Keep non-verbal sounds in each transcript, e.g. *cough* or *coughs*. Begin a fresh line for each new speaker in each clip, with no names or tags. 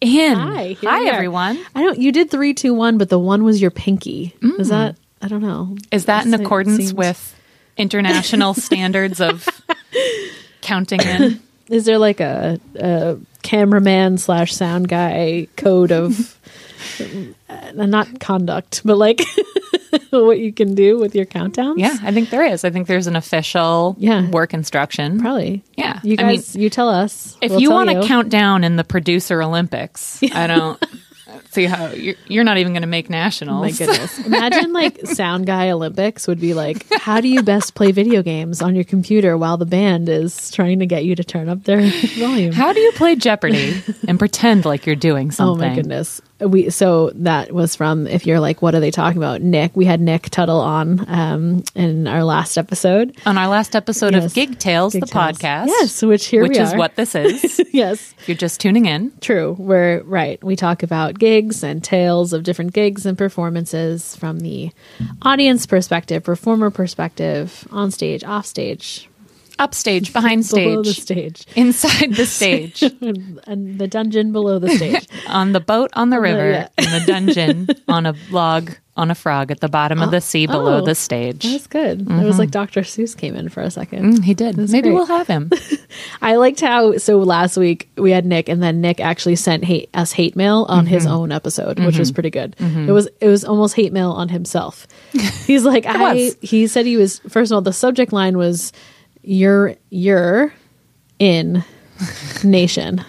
in.
Hi, here
Hi
we are.
everyone.
I don't. You did three, two, one, but the one was your pinky. Is that? I don't know.
Is that in
It
accordance
seems-
with
*laughs*
international standards of counting in?
Is there like a, a cameraman slash sound guy code of *laughs* uh, not conduct, but like *laughs* what you can do with your countdowns?
Yeah, I think there is. I think there's an official
Yeah.
work instruction.
probably.
Yeah,
you
I mean,
guys. you tell us
If
We'll
you
tell
want to count down in the producer
*laughs*
Olympics, I don't see how you're, you're not even going to make
My
nationals.
goodness.
*laughs*
Imagine like Sound Guy Olympics would be like, how do you best play video games on your computer while the band is trying to get you to turn up their *laughs* volume?
How do you play Jeopardy and pretend like you're
*laughs*
doing
Oh
something?
my goodness. We so that was from if you're like, what are they talking about? Nick. We had Nick Tuttle on um in our last episode.
On our last episode
Yes.
of Gig Tales,
Gig
the
Tales.
podcast.
Yes, which here
which
we
is
are.
what this is.
*laughs* yes.
If you're just tuning in.
True. We're right. We talk about gigs and tales of different gigs and performances from the audience perspective, performer perspective, on stage, off stage,
Upstage, behind
below
stage,
the stage. *laughs*
inside the stage,
and the dungeon below the stage
on the boat on the river,
yeah.
in the dungeon, on a log, on a frog, at the bottom of the sea below
oh.
the stage.
that's good it was like dr seuss came in for a second
Mm, He did. Maybe
great.
we'll have him.
i liked how so last week we had nick and then nick actually sent hate us hate mail on his own episode which was pretty good it was it was almost hate mail on himself he's like i
was.
he said he was first of all the subject line was you're you're in nation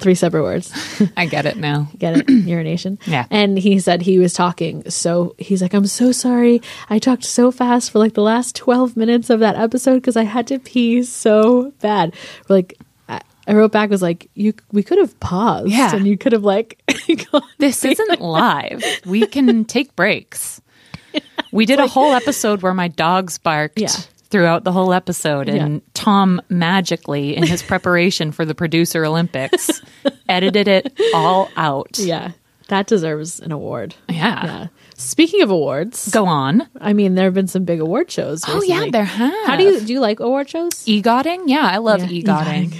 three separate words
I get it now.
get
*clears throat*
it urination
Yeah.
and he said he was talking so he's like i'm so sorry i talked so fast for like the last 12 minutes of that episode because i had to pee so bad We're like I, I wrote back was like you we could have paused
Yeah.
and you could have like *laughs* gone- *laughs*
This isn't live. We can take breaks. We did a whole episode where my dogs barked
Yeah.
throughout the whole episode, and
Yeah.
Tom magically,
*laughs*
in his preparation for the producer Olympics, edited it all out.
yeah that deserves an award
Yeah.
yeah speaking of awards
Go on.
i mean there have been some big award shows
Oh yeah,
recently.
there have.
how do you do you like award shows
egotting? Yeah, I love
Yeah, *laughs*
egotting.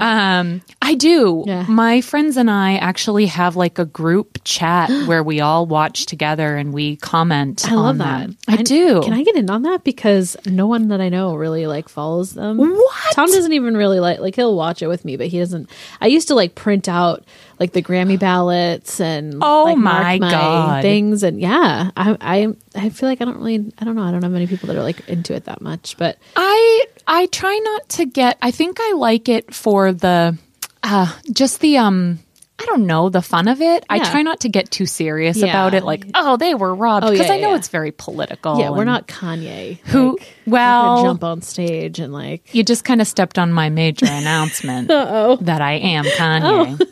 Um, I do.
Yeah.
My friends and I actually have like a group
*gasps*
chat where we all watch together and we comment.
I love
on
that.
I, do.
Can I get in on that because no one that I know really like follows them.
What?
Tom doesn't even really like like he'll watch it with me, but he doesn't. I used to like print out like the Grammy ballots and
Oh
like, mark
my God.
things and yeah, I I I feel like I don't really I don't know I don't know many people that are like into it that much, but
I I try not to get. I think I like it for the uh, just the um. I don't know the fun of it. I
Yeah.
try not to get too serious
Yeah.
about it. Like, oh, they were robbed
Oh,
because
yeah,
I know
yeah.
it's very political.
yeah, we're
Oh, and
not Kanye
who.
like, gonna
well,
jump on stage and like
you just kind of stepped on
*laughs*
my major announcement that I am Kanye.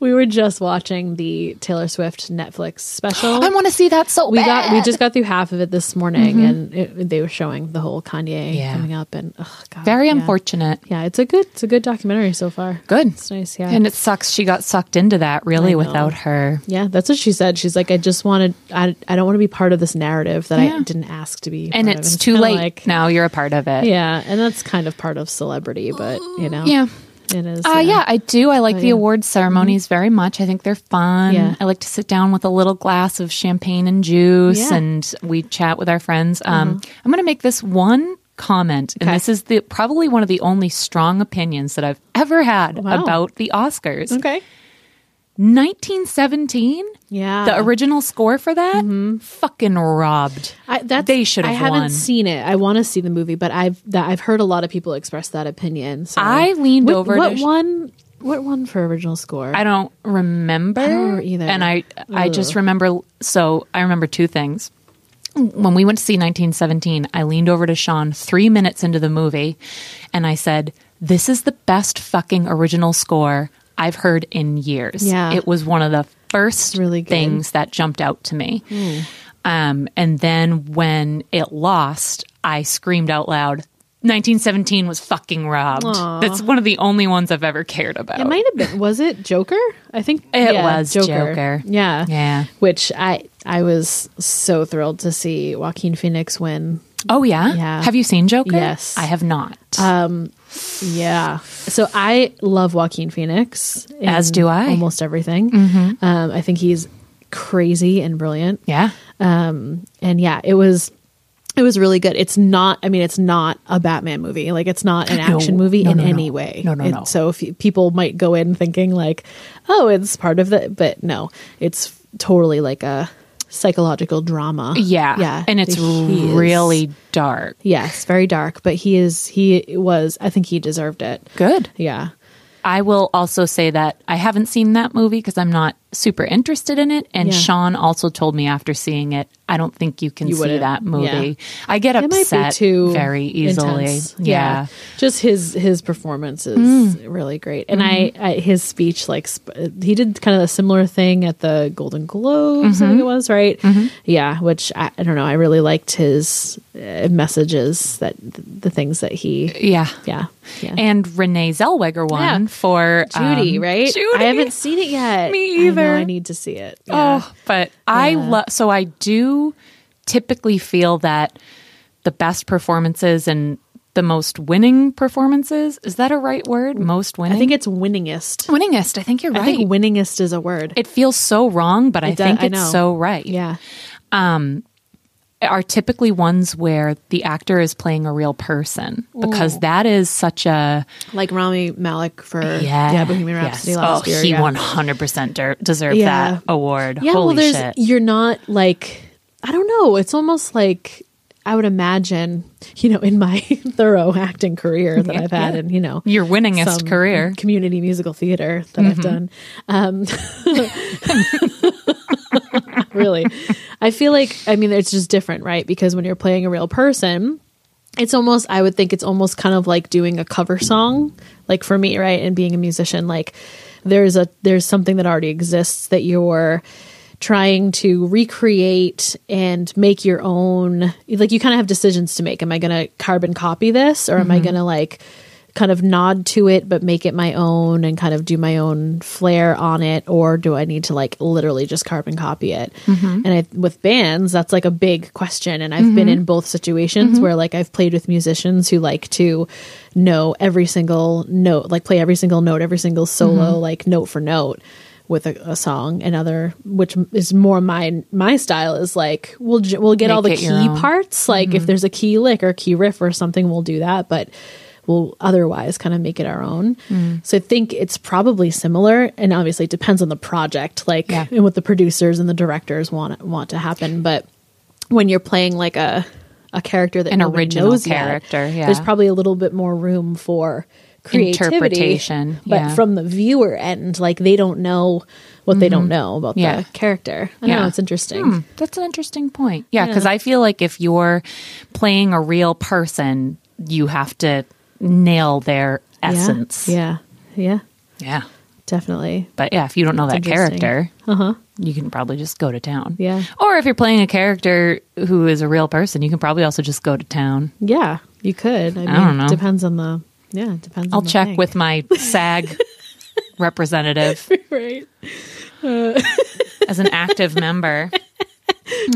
we were just watching the Taylor Swift Netflix
*gasps*
special.
I want to see that so
we
bad. Mm-hmm.
got we just got through half of it this morning and it, they were showing the whole kanye
Yeah.
coming up and oh god
very
yeah.
unfortunate.
yeah it's a good it's a good documentary so far
Good.
it's nice yeah
And it sucks she got sucked into that really
I know.
without her.
yeah that's what she said she's like i just wanted i, I don't want to be part of this narrative that i didn't ask to be
And
part of.
it's too
kinda
late. now you're a part of it.
yeah and that's kind of part of celebrity but you know
Yeah.
it is
Uh, yeah. I do. I like the awards ceremonies very much. I think they're
Oh,
fun.
Mm-hmm. Yeah.
I like to sit down with a little glass of champagne and juice,
Yeah. Mm-hmm.
and we chat with our friends. Um, I'm going to make this one comment, and
Okay.
this is the probably one of the only strong opinions that I've ever had
Wow.
about the Oscars.
okay
1917
yeah
the original score for that
Mm-hmm.
fucking robbed
I, that's,
They should
I
have
haven't
won.
seen it. I want to see the movie, but I've that I've heard a lot of people express that opinion. So
I leaned
What-
over
What
to sh-
one? What one for original score?
i don't remember
don't either.
and i i just remember so i remember two things when we went to see 1917 i leaned over to sean three minutes into the movie and i said this is the best fucking original score i've heard in years
Yeah.
it was one of the first
really good. Hmm.
things that jumped out to me um, and then when it lost i screamed out loud 1917 was fucking robbed. That's one of the only ones I've ever cared about.
It might have been. Was it Joker? I think
It was Joker.
Yeah,
Yeah.
Which I I was so thrilled to see Joaquin Phoenix win.
Oh yeah?
Yeah.
Have you seen Joker?
Yes. Uh,
I have not.
Yeah. So I love Joaquin Phoenix. in
As do I. Mm-hmm.
Almost everything. Um, I think he's crazy and brilliant.
Yeah.
Um, and yeah, it was. It was really good. It's not. I mean, it's not a Batman movie. Like, it's not an
No.
action movie
No,
in
no, no.
any way.
No, no,
It-
no.
So if you, people might go in thinking like, oh, it's part of the, but no, it's totally like a psychological drama.
Yeah.
yeah,
And it's
He is-
really dark.
yes, very dark. But he is. He was. I think he deserved it.
Good.
Yeah.
I will also say that I haven't seen that movie because I'm not super interested in it. And
Yeah.
Sean also told me after seeing it, I don't think you can
You
see
wouldn't.
that movie.
Yeah.
I get
it might be
upset
too
very easily.
intense.
Yeah. Mm.
just his his performance is really great, and
Mm-hmm.
I, I his speech like sp- he did kind of a similar thing at the Golden Globes, I
Mm-hmm.
think it was right. Yeah, which I, I don't know. I really liked his uh, messages that the things that he
yeah.
yeah yeah.
And Renee Zellweger won
Yeah.
for um,
Judy, right?
Judy.
I haven't seen it yet.
Me
I know,
either.
I, need to see it. Yeah.
Oh, but I love. So I do typically feel that the best performances and the most winning performances is that a right word? Most winning.
I think it's winningest.
winningest. I think you're right.
I think winningest is a word.
it feels so wrong, but I
does-
think
I
it's
know.
so right.
yeah.
Are typically ones where the actor is playing a real person because that is such a
like Rami Malik for
yeah,
yeah, Bohemian Rhapsody
yes.
last
oh,
year.
he
yeah.
100% der- deserved
Yeah.
that award.
Yeah, well,
Holy
there's
shit.
you're not like I don't know. It's almost like I would imagine, you know, in my *laughs* thorough acting career that I've had, and you know,
Your winningest
some
career.
community musical theater that I've done. Um, *laughs* really, I feel like I mean it's just different, right? Because when you're playing a real person, it's almost I would think it's almost kind of like doing a cover song, like for me, right? And being a musician, like there's a there's something that already exists that you're trying to recreate and make your own like you kind of have decisions to make am i going to carbon copy this or am i going to like kind of nod to it but make it my own and kind of do my own flair on it or do i need to like literally just carbon copy it
Mm-hmm.
and I, with bands that's like a big question and i've been in both situations
Mm-hmm.
where like i've played with musicians who like to know every single note like play every single note every single solo
Mm-hmm.
like note for note with a, a song another which is more my my style is like we'll ju- we'll get all the
Make it
key
your own.
parts parts. Like
Mm-hmm.
if there's a key lick or key riff or something, we'll do that, but we'll otherwise kind of make it our own.
Mm.
So I think it's probably similar, and obviously it depends on the project, like
Yeah.
and what the producers and the directors want want to happen. But when you're playing like a a character that
An
nobody
original
knows yet,
character, yeah.
there's probably a little bit more room for creativity,
Interpretation,
But
yeah.
from the viewer end, like they don't know what they don't know about
Mm-hmm. Yeah.
the character. I
Yeah.
know it's interesting.
Hmm, that's an interesting point. Yeah, because I feel like if you're playing a real person, you have to nail their
Yeah.
essence.
Yeah. Yeah.
Yeah.
Definitely.
But yeah, if you don't know that
interesting.
character,
Uh huh.
you can probably just go to town.
Yeah.
Or if you're playing a character who is a real person, you can probably also just go to town.
Yeah, you could. I, mean,
don't know.
Depends on the. Yeah, it depends.
I'll
on the
check
thing.
with my SAG representative
*laughs* right.
as an active member.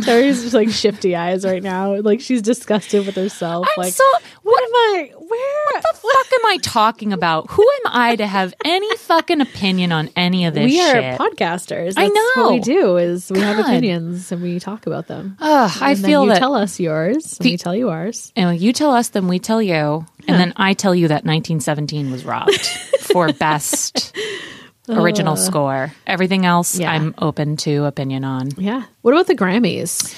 Terry's just like shifty eyes right now. Like she's disgusted with herself.
I'm
like
so
what am I? Where?
what the fuck am I talking about? Who am I to have any fucking opinion on any of this
we are
shit?
podcasters. That's
I
what we
know.
do is we have
God.
opinions and we talk about them.
Ugh, I
and then
feel
you
that
tell us yours. and
The-
we tell you ours.
And when you tell us, then we tell you. And then I tell you that 1917 was robbed
*laughs*
for best original score. Everything else
Yeah.
I'm open to opinion on.
Yeah. What about the Grammys?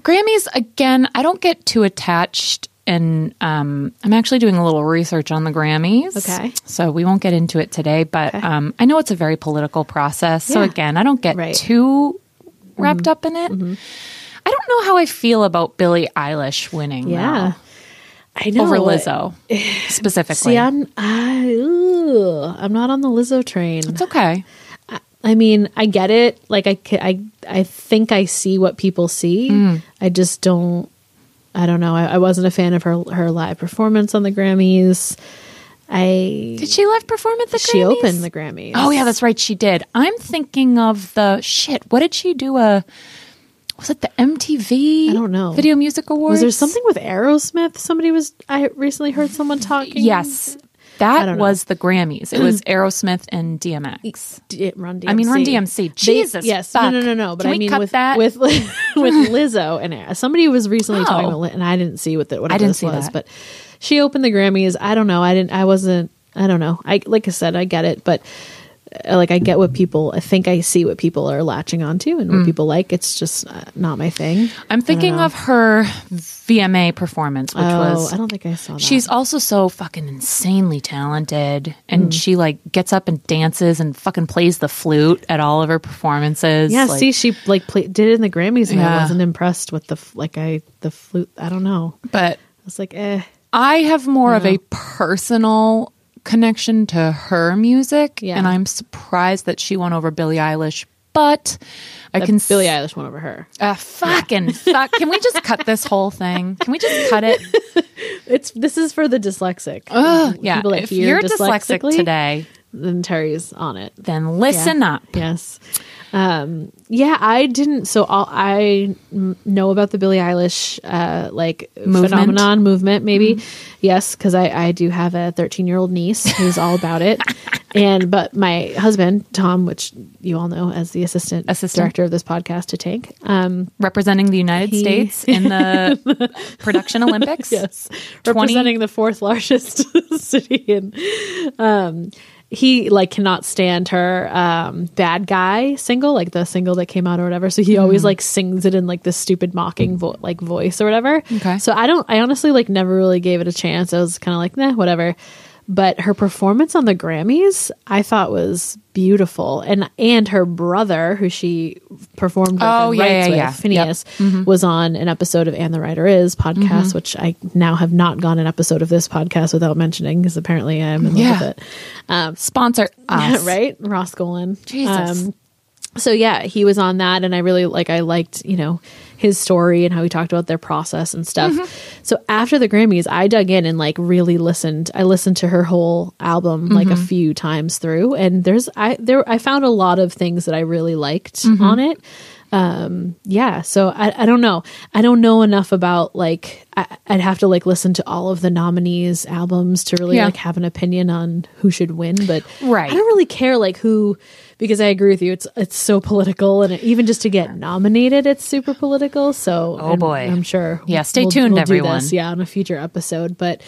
Grammys, again, I don't get too attached. And um, I'm actually doing a little research on the Grammys.
Okay.
So we won't get into it today, but um, I know it's a very political process. So
Yeah.
again, I don't get
Right. Mm-hmm.
too wrapped up in it. I don't know how I feel about Billie Eilish winning.
Yeah.
though.
I know.
over
like-
Lizzo
*laughs*
specifically.
See, I'm I, ooh, I'm not on the Lizzo train.
it's okay.
I mean, I get it. Like I, ca- I, I think I see what people see.
Mm.
I just don't. I don't know. I, I wasn't a fan of her her live performance on the Grammys. I
Did she live perform at the
she
Grammys?
opened the Grammys.
Oh yeah, that's right. She did. I'm thinking of the shit. What did she do? A Was it the MTV?
I don't know.
Video Music Awards.
Was there something with Aerosmith? Somebody was. I recently heard someone talking. I
Yes, that
don't know.
was the Grammys. It
*clears throat*
was Aerosmith and DMX.
D- eh, Run DMC.
I mean, Run DMC. Jesus,
yes,
fuck.
no, no, no, no. But
Can
I
we
mean,
cut
with
that?
with *laughs*
*laughs*
with Lizzo and Air- somebody was recently talking
Oh.
about, Li- and I didn't see what the, what
I didn't
this
see
was,
that.
but she opened the Grammys. I don't know. I didn't. I wasn't. I don't know. I like I said, I get it, but uh, like I get what people. I think I see what people are latching onto
Mm.
and what people like. It's just uh, not my thing.
I'm thinking of her VMA performance, which
oh,
was
I don't think I saw that.
She's also so fucking insanely talented,
Mm.
and she like gets up and dances and fucking plays the flute at all of her performances.
yeah.
like-
see, she like play, did it in the Grammys, and
Yeah.
I wasn't impressed with the f- like I the flute. I don't know.
but
I was like, eh.
I have more of a personal connection to her music,
Yeah.
and I'm surprised that she won over Billie Eilish. But I can
Uh, Billie
s-
Eilish went over her.
Ah, fucking fuck. Can we just cut this whole thing? Can we just
*laughs*
cut it?
It's this is for the dyslexic.
Ugh, yeah.
People that
If
hear
you're dyslexic
dyslexically,
today,
then Terry's on it.
then listen up.
Yes. Um, yeah, I didn't. So all I m- know about the Billie Eilish uh, like
Movement? Mm-hmm.
phenomenon movement, maybe. Yes, because I, I do have a 13 year old niece who's all about
*laughs*
it. And but my husband Tom, which you all know as the assistant,
Assistant.
director of this podcast to Tank, um,
representing the United
He-
States in
*laughs*
the production Olympics.
yes,
*laughs* 20
representing the fourth largest *laughs* city in um, he like cannot stand her um bad guy single like the single that came out or whatever so he
Mm-hmm.
always like sings it in like this stupid mocking vo- like voice or whatever
Okay.
so i don't i honestly like never really gave it a chance i was kind of like nah whatever but her performance on the grammys i thought was beautiful and and her brother who she performed with
Oh,
and
yeah,
writes
yeah,
with,
yeah.
phineas was on an episode of and the writer is podcast which i now have not gone an episode of this podcast without mentioning because apparently i'm in love
Yeah.
with it Um, *laughs*
Sponsor us.
right? Ross Golan. Um,
Jesus.
so yeah, he was on that, and I really like. I liked you know his story and how he talked about their process and stuff.
Mm-hmm.
So after the Grammys, I dug in and like really listened. I listened to her whole album like a
Mm-hmm.
few times through, and there's I there I found a lot of things that I really liked
Mm-hmm.
on it Um, yeah so I, I don't know i don't know enough about like I, i'd have to like listen to all of the nominees albums to really
Yeah.
like have an opinion on who should win but
Right.
i don't really care like who because i agree with you it's it's so political and even just to get nominated it's super political so oh
boy.
i'm sure
Yeah, stay tuned,
do
everyone.
this, yeah on a future episode but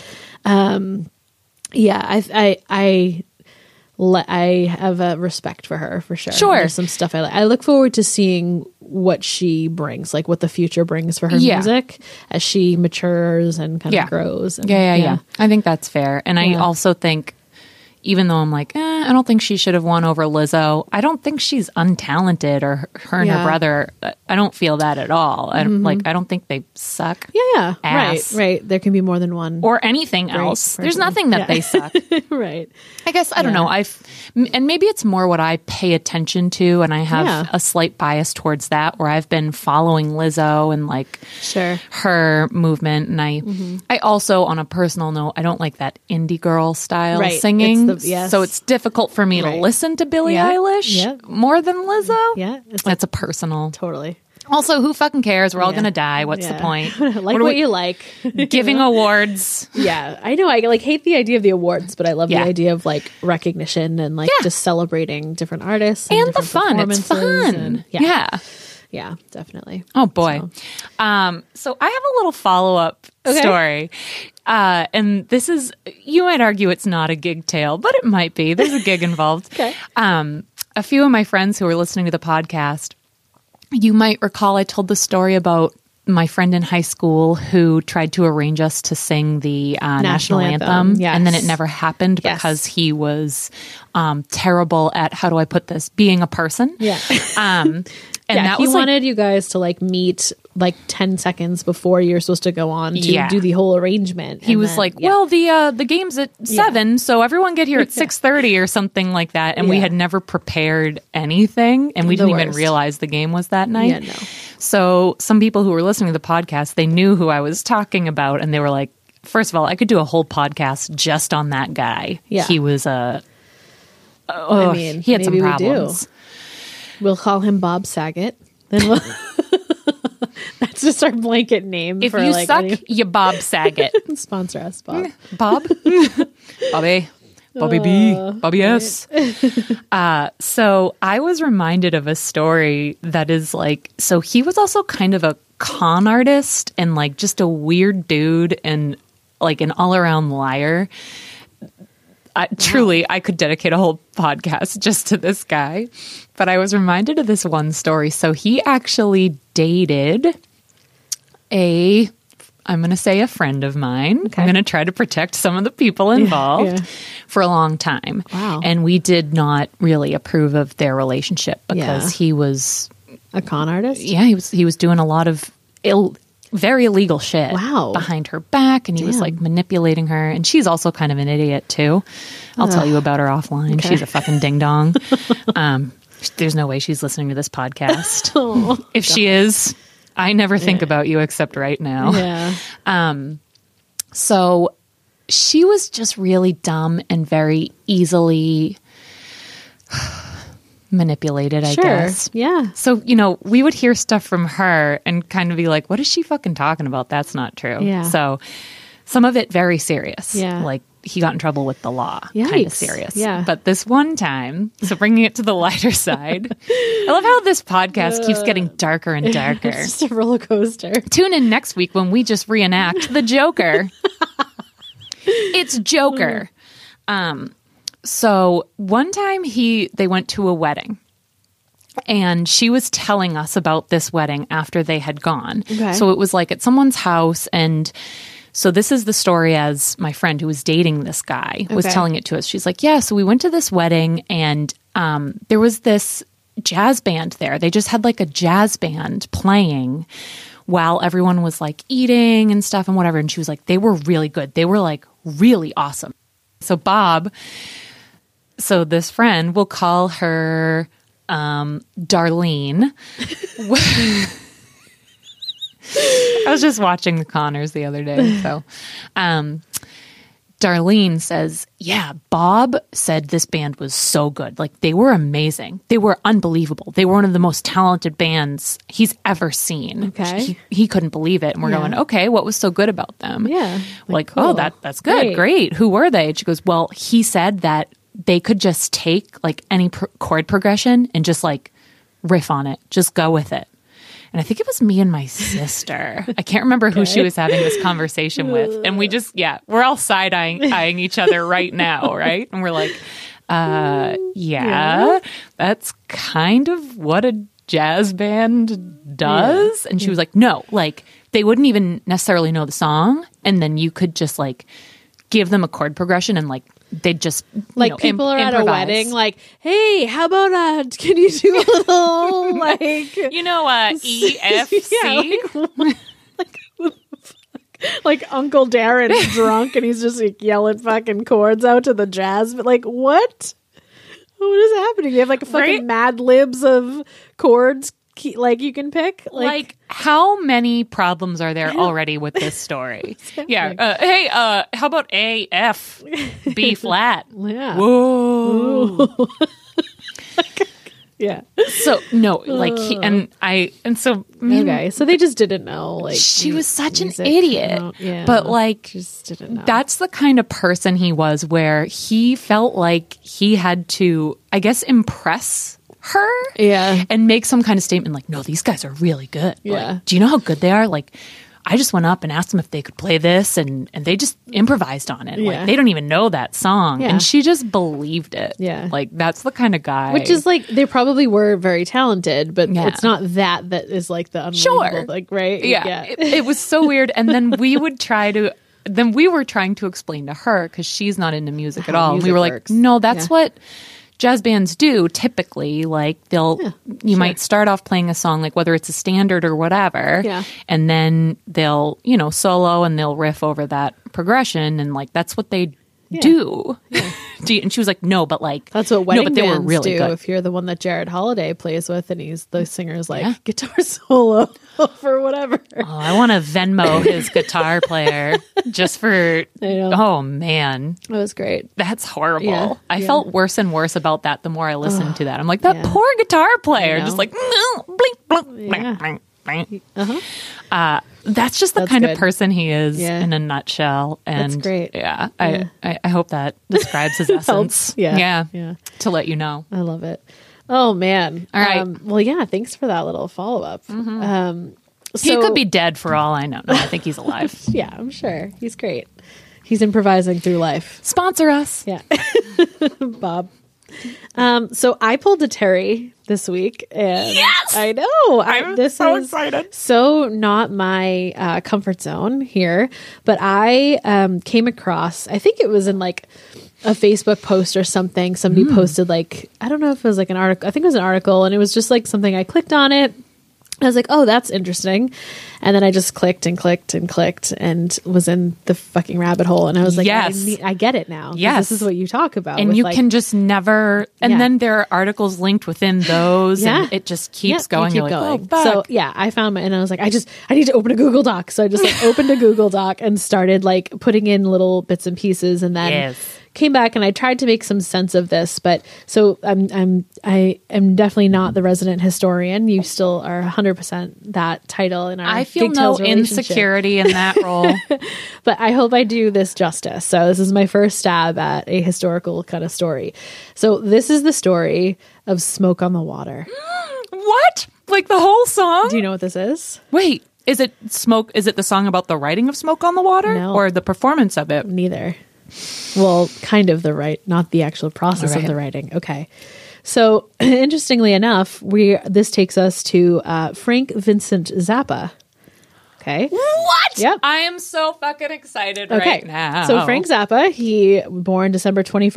um, yeah i i i le- I have a respect for her for sure.
Sure.
There's some stuff I like. I look forward to seeing what she brings, like what the future brings for her
Yeah.
music as she matures and kind
Yeah.
of grows. And,
Yeah, yeah, yeah, I think that's fair. And I also think, even though I'm like, eh, I don't think she should have won over Lizzo, I don't think she's untalented or her and her
Yeah.
brother. I don't feel that at all. I, don't Like, I don't think they suck.
Yeah, yeah.
Ass.
Right, right. There can be more than one. *laughs*
Or anything else. There's
person.
nothing that
Yeah.
they suck.
right.
*laughs* I guess I don't know. I and maybe it's more what I pay attention to, and I have
Yeah.
a slight bias towards that. Where I've been following Lizzo and like
Sure.
her movement, and I I also on a personal note I don't like that indie girl style
Right. It's
singing.
the- yes.
So it's difficult for me to
Right.
listen to Billie
Yeah.
Eilish
Yeah.
more than Lizzo.
Yeah. It's like,
That's a personal.
totally.
Mm-hmm. Also, who fucking cares? We're all
Yeah.
gonna die. What's
Yeah.
the
*laughs*
point? *laughs*
like
are
what,
we-
you like.
Giving awards.
yeah. I know. I like hate the idea of the awards, but I love
Yeah.
the idea of like recognition and like just celebrating different artists and,
And the
different
fun. It's
performances
fun.
and-
yeah.
Yeah, definitely.
Oh boy. Um, so I have a little follow up
Okay.
story. Uh, and this is, you might argue it's not a gig tale, but it might be. There's
*laughs*
a gig involved.
Okay.
Um, a few of my friends who are listening to the podcast, you might recall I told the story about my friend in high school who tried to arrange us to sing the uh,
National
national, anthem.
anthem. Yes.
And then it never happened
Yes.
because he was um, terrible at, how do I put this, being a person.
Yeah.
Um, and
*laughs* yeah,
that
he
was like,
wanted you guys to like meet like 10 seconds before you're supposed to go on to
Yeah.
do the whole arrangement.
he was like, "Well, the uh, the game's at seven, so everyone get
*laughs*
here at six thirty or something like that." And we
Yeah.
had never prepared anything, and we
The
didn't even
worst.
realize the game was that night.
Yeah, no.
So some people who were listening to the podcast, they knew who I was talking about, and they were like, first of all, I could do a whole podcast just on that guy.
Yeah.
he was a.
I
ugh,
mean,
he had some
maybe we do.
problems.
We'll call him Bob Saget. Then we'll *laughs* That's just our blanket name.
If
for
you
like
suck,
any-
you Bob
*laughs*
Saget.
sponsor us, Bob. *laughs*
Bob, Bobby, Bobby B, Bobby S. Uh, so I was reminded of a story that is like, so he was also kind of a con artist and like just a weird dude and like an all around liar. I, truly, I could dedicate a whole podcast *laughs* just to this guy. But I was reminded of this one story. So he actually dated a I'm going to say a friend of mine. I'm going to try to protect some of the people
*laughs*
involved
yeah.
for a long time.
Wow.
And we did not really approve of their relationship because
Yeah.
he was
A con artist?
yeah, he was he was doing a lot of ill very illegal shit
Wow.
behind her back and he was
Damn.
like manipulating her and she's also kind of an idiot too. I'll tell you about her offline. She's a fucking
*laughs*
ding dong. um there's no way she's listening to
*laughs*
this podcast.
Oh,
if she is, I never think about you except
*laughs*
right now.
Yeah.
So she was just really dumb and very easily *sighs* manipulated, I
Sure.
guess.
Yeah. *laughs*
So, you know, we would hear stuff from her and kind of be like, what is she fucking talking about? That's not true.
Yeah.
So, some of it very serious.
Yeah.
Like, he got in trouble with the law. Kind
Yikes.
of serious.
Yeah.
But this one time, so bringing it to the lighter *laughs* side, I love how this podcast keeps getting
*laughs*
darker and darker.
It's just a roller coaster.
Tune in next week when we just reenact the Joker. it's Joker. Um, so one time he they went to a wedding. And she was telling us about this wedding after they had gone.
Okay.
So it was like at someone's house and so this is the story as my friend who was dating this guy was
Okay.
telling it to us. She's like, "Yeah, so we went to this wedding and um, there was this jazz band there. They just had like a jazz band playing while everyone was like eating and stuff and whatever." And she was like, "They were really good. They were like really awesome." So Bob, so this friend will call her um, Darlene. *laughs* I was just watching the Connors the other day. So, um, Darlene says, Yeah, Bob said this band was so good. Like, they were amazing. They were unbelievable. They were one of the most talented bands he's ever seen.
Okay.
He, he couldn't believe it. And we're
Yeah.
going, Okay, what was so good about them?
Yeah.
Like,
Like,
oh,
cool.
that, that's good. Great.
Great.
Who were they? And she goes, Well, he said that they could just take like any pr- chord progression and just like riff on it, just go with it. And I think it was me and
*laughs*
my sister. I can't remember who she was having this conversation with. And we just, yeah, we're all side eyeing each other right now, right? And we're like, uh, yeah, that's kind of what a jazz band does. And she was like, no, like they wouldn't even necessarily know the song. And then you could just like give them a chord progression and like they'd just you
Like
know, im-
people are at a
improvise.
wedding, like, hey, how about uh *laughs* can you do a *laughs* little like
you know, uh, E F C.
*laughs* Yeah, like, like Uncle *laughs* Darren's drunk and he's just like yelling fucking chords out to the jazz, but like what? What is happening? You have like a fucking
Right?
mad libs of chords key, like you can pick?
like how many problems are there already
*laughs*
with this story yeah uh, hey uh how about a f
*laughs*
b flat
yeah.
whoa
Yeah.
so no like he, and i and so me
Okay. So they just didn't know like
she was such an
music,
idiot
no, yeah.
but like
just didn't know.
that's the kind of person he was where he felt like he had to i guess impress her
Yeah.
and make some kind of statement like no these guys are really good
Yeah.
like, do you know how good they are like i just went up and asked them if they could play this and and they just improvised on it like
Yeah.
they don't even know that song
Yeah.
and she just believed it
Yeah.
like that's the kind of guy
Which is like they probably were very talented, but
Yeah.
it's not that that is like the unbelievable,
Sure.
like right,
yeah, It, it was so weird and then
*laughs*
we would try to then we were trying to explain to her because she's not into music at
How
all and we
music
were
works.
like no that's
Yeah.
what jazz bands do typically like they'll you might start off playing a song like whether it's a standard or whatever
Yeah.
and then they'll you know solo and they'll riff over that progression and like that's what they do *laughs* Do you- and she was like no but like
That's what
no
wedding
but they were
bands
really
do.
good
If you're the one that Jared Holiday plays with, and he's the singer's like guitar *laughs* solo for whatever.
Oh, I want
*laughs*
to Venmo his guitar player just for.
know.
Oh man,
That was great.
that's horrible.
Yeah,
I
yeah.
felt worse and worse about that the more I listened to that. I'm like that
yeah.
poor guitar player,
know.
just like blink, blink, blink,
Yeah.
blink, blink.
Uh huh.
Uh, that's just the
That's
kind of
good.
person he is
Yeah.
in a nutshell. And
great.
Yeah, I, I, I hope that describes his
*laughs*
essence.
helps. Yeah.
yeah,
Yeah.
To let you know.
I love it. Oh man.
All right. Mm-hmm.
Um, well, yeah. Thanks for that little follow up. Um,
he
so-
could be dead for all I know. No, I think he's alive.
*laughs* Yeah, I'm sure he's great. He's improvising through life.
Sponsor us.
Yeah, *laughs* Bob. Um, so I pulled a Terry this week, and
Yes!
I know I-
I'm
this
so
is
excited.
So not my uh, comfort zone here, but I um, came across. I think it was in like a Facebook post or something. Somebody
Hmm.
posted like I don't know if it was like an article. I think it was an article, and it was just like something I clicked on it. I was like, oh, that's interesting. And then I just clicked and clicked and clicked and was in the fucking rabbit hole. And I was like,
Yes.
I, need- I get it now. 'Cause
Yes.
This is what you talk about.
And
with,
you
like-
can just never. And
Yeah.
then there are articles linked within those, and it just keeps
Yep, you
going.
keep
You're
going.
like, oh,
so uh,
fuck.
yeah, I found my and I was like, I just I need to open a Google Doc. So I just like opened a Google Doc and started like putting in little bits and pieces, and then
Yes.
came back and I tried to make some sense of this. But so I'm I'm I am definitely not the resident historian. You still are 100 percent that title in our
I feel no
Pigtails relationship.
insecurity
*laughs*
in that role.
But I hope I do this justice. So this is my first stab at a historical kind of story. So this is the story of Smoke on the Water.
what? Like the whole song?
Do you know what this is?
Wait, is it smoke? Is it the song about the writing of "Smoke on the Water"
No.
or the performance of it?
Neither. Well, kind of the right, not the actual process
All right.
of the writing. Okay. So, *clears throat* interestingly enough, we this takes us to uh, Frank Vincent Zappa. Okay.
What?
Yep.
I am so fucking excited
Okay.
right now.
So Frank Zappa, he born December 21st,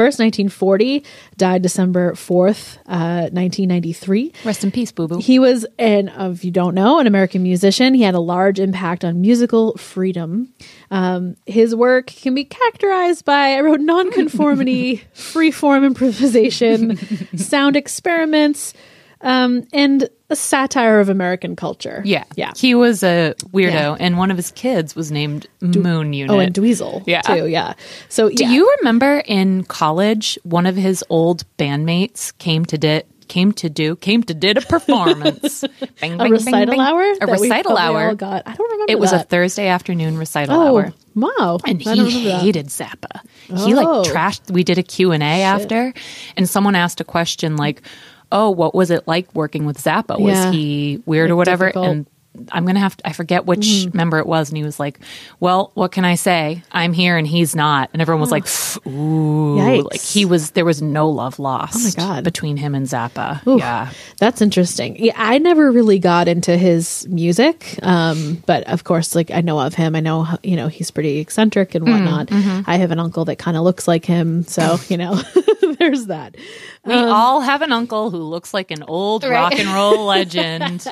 1940, died December 4th, uh, 1993.
rest in peace, Boo Boo.
He was an, uh, if you don't know, an American musician. He had a large impact on musical freedom. Um, his work can be characterized by, I wrote,
*laughs*
nonconformity, freeform improvisation, sound experiments, um, and a satire of American culture.
Yeah,
Yeah.
He was a weirdo,
Yeah.
and one of his kids was named Moon Unit.
Oh, and Dweezil,
Yeah.
too. Yeah. So,
Do you remember in college one of his old bandmates came to did came to do came to did a
*laughs*
performance Bing, bing,
a
bing,
recital
bing.
hour?
a
that we
recital
probably all
hour.
got? I don't remember.
It was a
that.
Thursday afternoon recital
oh,
hour.
wow.
and
I don't
he
remember that.
hated Zappa. He like
Oh.
trashed. We did a Q and A after, and someone asked a question like, "Oh, what was it like working with Zappa? Was
Yeah.
he weird or
Like,
whatever?"
difficult. Mm-hmm.
And I'm gonna have to. I forget which member it was, and he was like, "Well, what can I say? I'm here, and he's not." And everyone was like, "Ooh,
Yikes. Oh
like he was." There was no love lost
God.
between him and Zappa. Yeah,
That's interesting. Yeah, I never really got into his music, um, but of course, like I know of him. I know you know he's pretty eccentric and whatnot. I have an uncle that kind of looks like him, so you know, *laughs* there's that.
we
Um,
all have an uncle who looks like an old rock and
*laughs*
roll legend.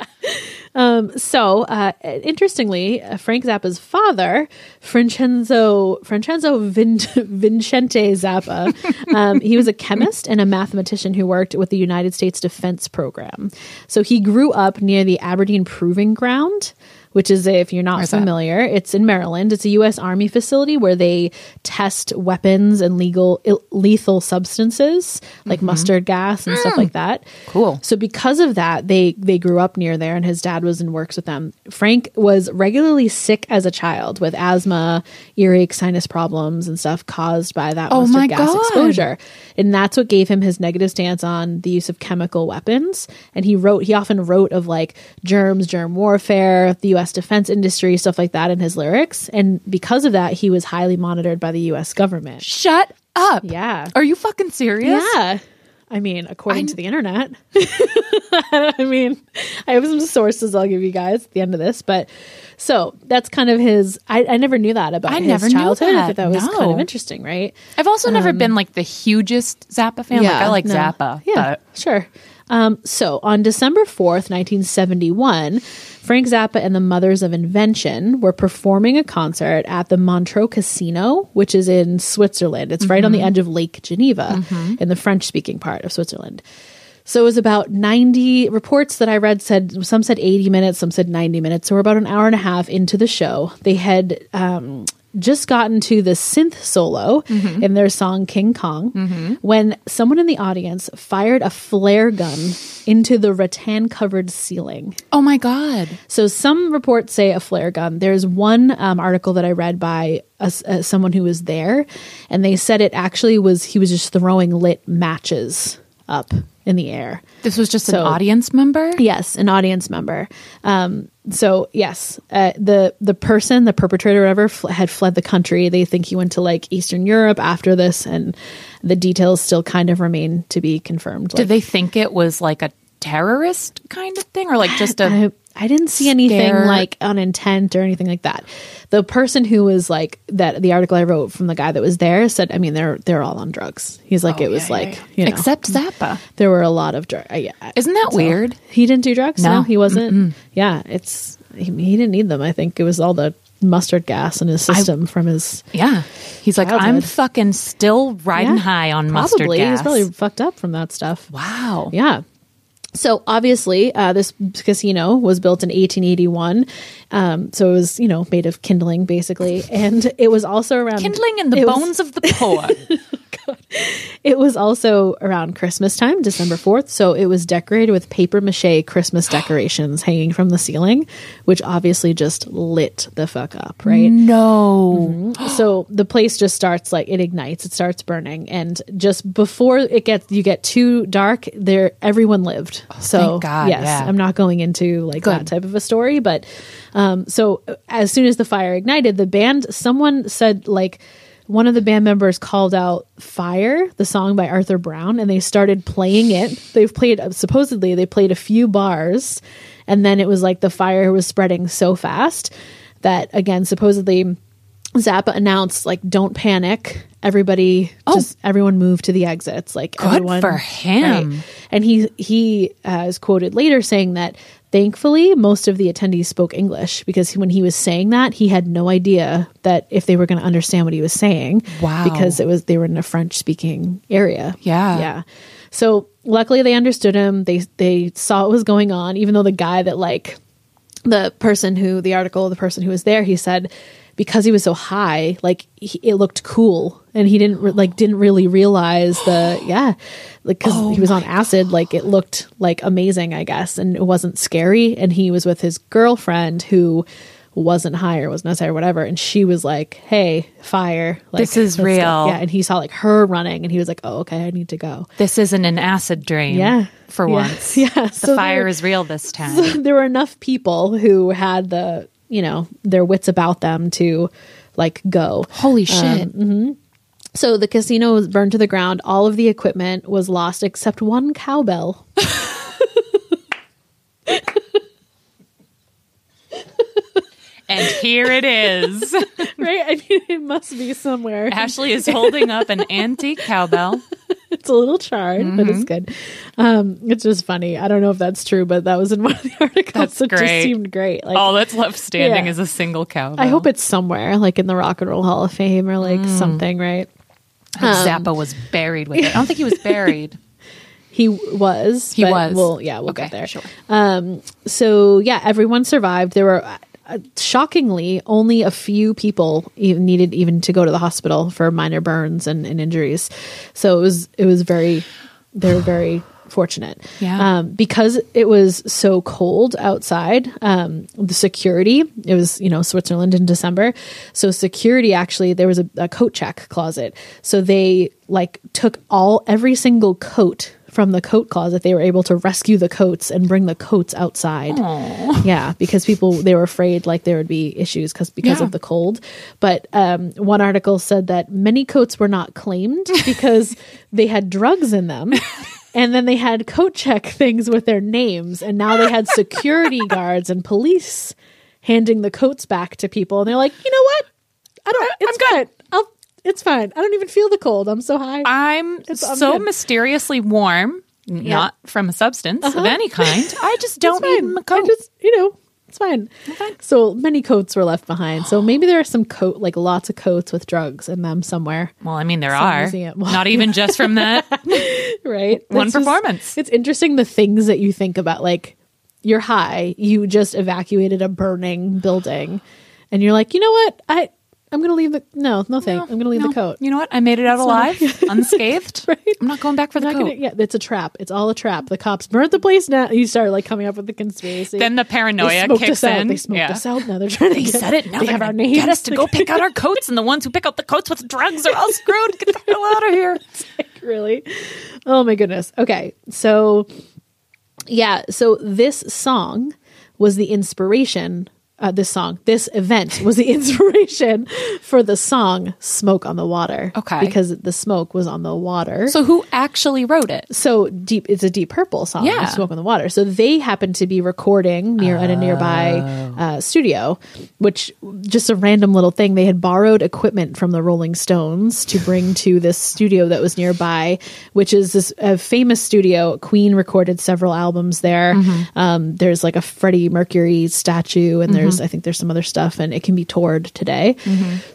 So, uh, interestingly, uh, Frank Zappa's father, Vincenzo Vincenzo Vin- *laughs* Vincente Zappa, um, he was a chemist and a mathematician who worked with the United States Defense Program. So he grew up near the Aberdeen Proving Ground. Which is, if you're not
that?
familiar, it's in Maryland. It's a U.S. Army facility where they test weapons and legal il- lethal substances like mustard gas and stuff like that.
Cool.
So because of that, they they grew up near there, and his dad was in works with them. Frank was regularly sick as a child with asthma, earache, sinus problems, and stuff caused by that mustard
Oh my
gas
God.
exposure, and that's what gave him his negative stance on the use of chemical weapons. And he wrote, he often wrote of like germs, germ warfare, the U.S. defense industry, stuff like that in his lyrics. And because of that, he was highly monitored by the U.S. government.
Shut up.
Yeah.
Are you fucking serious?
Yeah. I mean, according to the internet. *laughs* I mean, I have some sources I'll give you guys at the end of this, but so that's kind of his. I, I never knew that about
I
his
never knew
childhood. I
that.
thought that was kind
No.
of interesting, right?
I've also never been like the hugest Zappa fan. like I like
Um, no.
Zappa,
Yeah,
but
sure. Um, so on December 4th, 1971, Frank Zappa and the Mothers of Invention were performing a concert at the Montreux Casino, which is in Switzerland. It's right on
Mm-hmm.
the edge of Lake Geneva in the French speaking part of Switzerland. So it was about 90 reports that I read said some said 80 minutes, some said 90 minutes. So we're about an hour and a half into the show. They had um, just gotten to the synth solo in their song King Kong when someone in the audience fired a flare gun into the rattan covered ceiling.
Oh my God.
So some reports say a flare gun. There's one um, article that I read by a s- uh, someone who was there, and they said it actually was he was just throwing lit matches up in the air.
This was just
So-
an audience member?
Yes, an audience member. Um, so yes, uh, the the person, the perpetrator, or whatever, fl- had fled the country. They think he went to like Eastern Europe after this, and the details still kind of remain to be confirmed.
Did they think it was like a terrorist kind of thing or like just a.
I, I didn't see anything
Stare.
like on intent or anything like that. The person who was like that, the article I wrote from the guy that was there said, I mean, they're they're all on drugs. He's
Oh,
like, it was like, you know,
Except Zappa.
there were a lot of drugs. yeah,
Isn't that weird?
He didn't do drugs. No,
No.
he wasn't. Yeah, it's he, he didn't need them. I think it was all the mustard gas in his system from his
Yeah. He's like, I'm
Childhood.
fucking still riding
Yeah,
high on mustard
probably. He was
gas.
probably fucked up from that stuff.
wow.
Yeah. So obviously, uh, this casino was built in 1881. Um, so it was, you know, made of kindling basically, and it was also around
Kindling in the
it was-
bones
*laughs*
of the poor.
it was also around Christmas time, December 4th. So it was decorated with paper mache
*gasps*
Christmas decorations hanging from the ceiling, which obviously just lit the fuck up, right?
no.
so the place just starts like it ignites, it starts burning. And just before it gets, you get too dark, there, everyone lived. so,
Oh, thank God,
yes,
yeah.
I'm not going into like that type of a story, but um, so as soon as the fire ignited, the band, someone said like, one of the band members called out fire the song by arthur brown and they started playing it they've played uh, supposedly they played a few bars and then it was like the fire was spreading so fast that again supposedly zappa announced like don't panic everybody just everyone move to the exits like
Oh. Good
everyone
for him.
and he he uh, is quoted later saying that thankfully most of the attendees spoke English because when he was saying that he had no idea that if they were going to understand what he was saying.
Wow.
Because it was they were in a French speaking area.
Yeah.
Yeah. So luckily they understood him. They they saw what was going on even though the guy that like the person who the article the person who was there he said because he was so high like he, it looked cool and he didn't re- like didn't really realize the
*gasps*
yeah like because
Oh
he was on acid like it looked like amazing i guess and it wasn't scary and he was with his girlfriend who wasn't high or wasn't necessary or whatever and she was like hey fire like
This is
let's go."
real.
yeah and he saw like her running and he was like oh okay i need to go
This isn't an acid dream.
Yeah.
For
Yeah.
once.
*laughs* Yeah.
The
So
fire
there-
is real this
*laughs*
time.
there were enough people who had the you know their wits about them to like go
Holy shit.
Um. so the casino was burned to the ground all of the equipment was lost except one cowbell *laughs*
And here it is.
right i mean it must be somewhere
Ashley is holding up an antique cowbell.
it's a little charred but
Mm-hmm.
it's good um it's just funny i don't know if that's true but that was in *laughs* one of the articles
That's
it just
great.
seemed great like
*laughs* All that's left standing
Yeah.
is a single cowbell.
i hope it's somewhere like in the rock and roll hall of fame or like
Mm.
something right Um,
Zappa was buried with it. I don't think he was buried.
He was.
He
but
was.
We'll, yeah, we'll
Okay,
get there.
sure.
Um, so, yeah, everyone survived. There were, uh, uh, shockingly, only a few people even needed even to go to the hospital for minor burns and, and injuries. So it was, it was very, they were very fortunate.
Yeah.
Um, because it was so cold outside, um, the security, it was, you know, Switzerland in December. So security actually, there was a, a coat check closet. So they like took all, every single coat from the coat closet. They were able to rescue the coats and bring the coats outside. Yeah. Because people, they were afraid like there would be issues because, because
Yeah.
of the cold. But, um, one article said that many coats were not
*laughs*
claimed because they had drugs in them. And then they had coat check things with their names, and now they had
*laughs*
security guards and police handing the coats back to people. And they're like, you know what? I don't. It's fine. I'll. It's fine. I don't even feel the cold. I'm so high.
*laughs* I'm
I'm
so
good.
mysteriously warm, n- not from a substance
Uh-huh.
of any kind. I just don't need
fine.
him a
I
coat.
just, you know, it's fine. So many coats were left behind. So maybe there are some coat, like lots of coats with drugs in them somewhere,
well, I mean, there are.
museum.
Not even
*laughs*
just from that.
right?
One
It's just-
performance.
it's interesting the things that you think about. Like you're high. You just evacuated a burning building, and you're like, you know what? I I'm going to leave the no, no thank. I'm going to leave
No.
the coat.
You know what? I made it out
not-
alive,
*laughs*
unscathed.
Right.
I'm not going back for the
I'm
coat.
not gonna, yeah, it's a trap. It's all a trap. The cops burned the place down. You start like coming up with the conspiracy.
Then the
they
paranoia
smoked
kicks
us out.
in.
They smoked
yeah.
us out. Now they're trying to
They
get,
said it. Now
they
are
have our
gonna
names.
Get us to go pick out our coats, and the ones who pick out the coats with drugs are all screwed. Get the hell out
*laughs*
of here.
really. Oh my goodness. Okay. So yeah, so this song was the inspiration uh, this song, this event was the *laughs* inspiration for the song Smoke on the Water.
Okay.
Because the smoke was on the water.
So who actually wrote it?
so deep it's a deep purple song
Yeah.
smoke on the water so they happened to be recording near at a nearby uh, studio which just a random little thing they had borrowed equipment from the rolling stones to bring to this studio that was nearby which is this a famous studio queen recorded several albums there um, there's like a freddie mercury statue and there's i think there's some other stuff and it can be toured today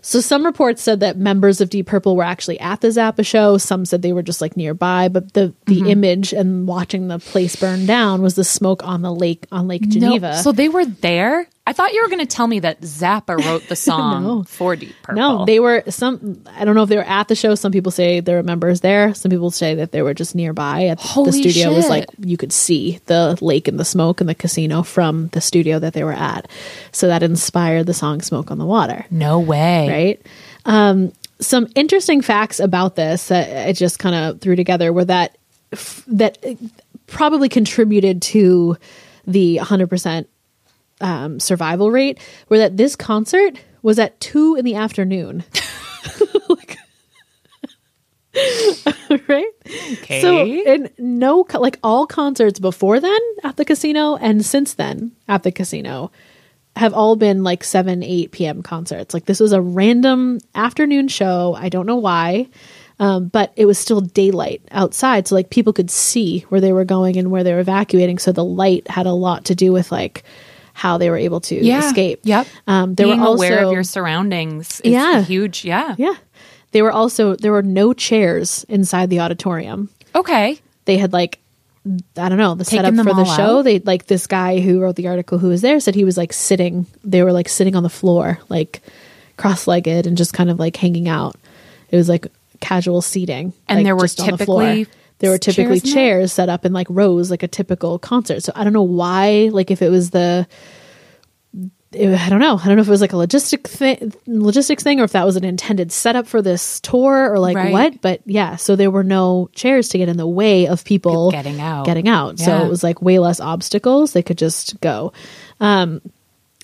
so some reports said that members of deep purple were actually at the zappa show some said they were just like nearby but the the image and watching the place burn down was the smoke on the lake on lake geneva
No, so they were there. I thought you were going to tell me that Zappa wrote
*laughs*
the song
No.
for Deep Purple.
No, they were some. I don't know if they were at the show. Some people say there were members there. Some people say that they were just nearby. At
Holy
the studio was
shit.
like you could see the lake and the smoke and the casino from the studio that they were at. So that inspired the song "Smoke on the Water."
No way.
right? Um, some interesting facts about this that I just kind of threw together were that f- that probably contributed to the 100% um, survival rate were that this concert was at two in the afternoon. Like- *laughs* right?
Okay.
So, and no, co- like all concerts before then at the casino and since then at the casino have all been like 7, 8 p.m. concerts. Like, this was a random afternoon show. I don't know why, um, but it was still daylight outside. So, like, people could see where they were going and where they were evacuating. So, the light had a lot to do with like how they were able to
yeah.
escape.
Yep.
Um, there
Being
were also,
aware of your surroundings is
Yeah.
huge. Yeah.
yeah. They were also, there were no chairs inside the auditorium
Okay.
they had like I don't know the
Taken
setup
them
for the
all
show.
out?
They like this guy who wrote the article who was there said he was like sitting. They were like sitting on the floor, like cross-legged and just kind of like hanging out. It was like casual seating,
And
like,
there were
just on the floor.
typically
there were typically
chairs in
chairs,
it?
set up in like rows, like a typical concert. So I don't know why, like if it was the. it- I don't know. I don't know if it was like a logistic thing, logistics thing, or if that was an intended setup for this tour, or like
Right.
what. But yeah, so there were no chairs to get in the way of people people
Getting out.
getting out. So
Yeah.
it was like way less obstacles. They could just go. Um,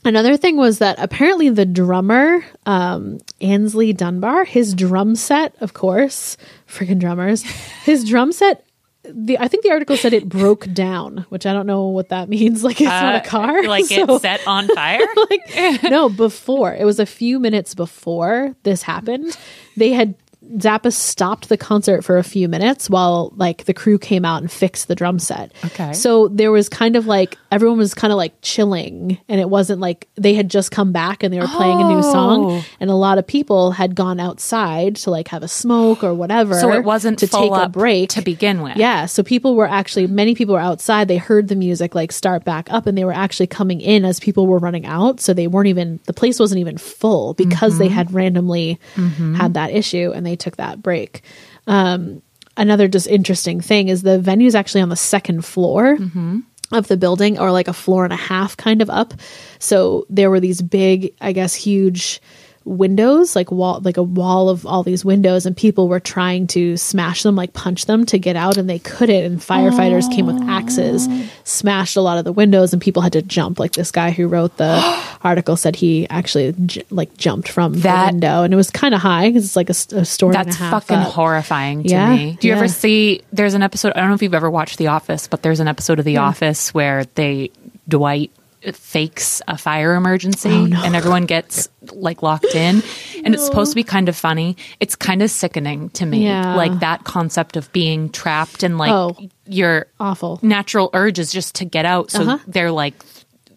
another thing was that apparently the drummer, um, Ansley Dunbar, his drum set, of course, freaking
*laughs*
drummers, his drum set. The, I think the article said it broke down, which I don't know what that means. *laughs* Like it's not a car,
Uh, Like
*laughs* so-
it set on
*laughs*
fire.
like no before it was a few minutes before this happened they had zappa stopped the concert for a few minutes while like the crew came out and fixed the drum set
Okay.
so there was kind of like everyone was kind of like chilling and it wasn't like they had just come back and they were playing a new
Oh.
song and a lot of people had gone outside to like have a smoke or whatever
so it wasn't
to
full
take a
up
break
to begin with.
yeah. So people were actually, many people were outside. They heard the music like start back up and they were actually coming in as people were running out. So they weren't even, the place wasn't even full because they had randomly had that issue and they took that break. Um, another just interesting thing is the venue's actually on the second floor. Of the building, or like a floor and a half kind of up. So there were these big, I guess, huge windows like wall like a wall of all these windows and people were trying to smash them like punch them to get out and they couldn't and firefighters came with axes smashed a lot of the windows and people had to jump like this guy who wrote
*gasps*
the article said he actually j- like jumped from
That-
the window and it was kind of high because it's like a, s- a story and
That's
a half
fucking
up.
horrifying to
Yeah,
me. Do you
yeah.
ever see? There's an episode. I don't know if you've ever watched The Office, but there's an episode of The Office where they Dwight fakes a fire emergency
Oh,
and everyone gets like locked in, and it's supposed to be kind of funny. It's kind of sickening to me,
Yeah.
like that concept of being trapped and like
Oh.
your
awful
natural urge is just to get out. So they're like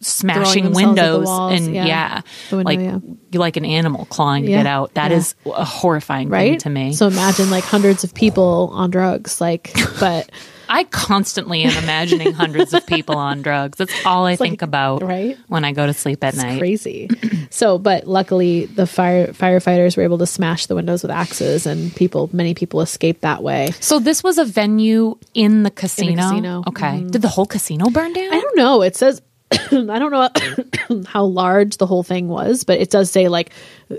smashing
Uh-huh. themselves at the
windows
walls,
and
yeah.
yeah,
The window,
like
yeah.
you like an animal clawing to
Yeah,
get out. That
yeah.
is a horrifying thing
right
to me. *laughs*
so imagine like hundreds of people on drugs like but
I constantly am imagining hundreds of
*laughs*
people on drugs. That's all I
like-
think about
right?
when I go to sleep at night.
Crazy. so, but luckily, the fire firefighters were able to smash the windows with axes, and people, many people, escaped that way.
So this was a venue in the casino.
casino. Mm-hmm.
Okay. Did the whole casino burn down?
I don't know. It says *coughs* I don't know *coughs* how large the whole thing was, but it does say like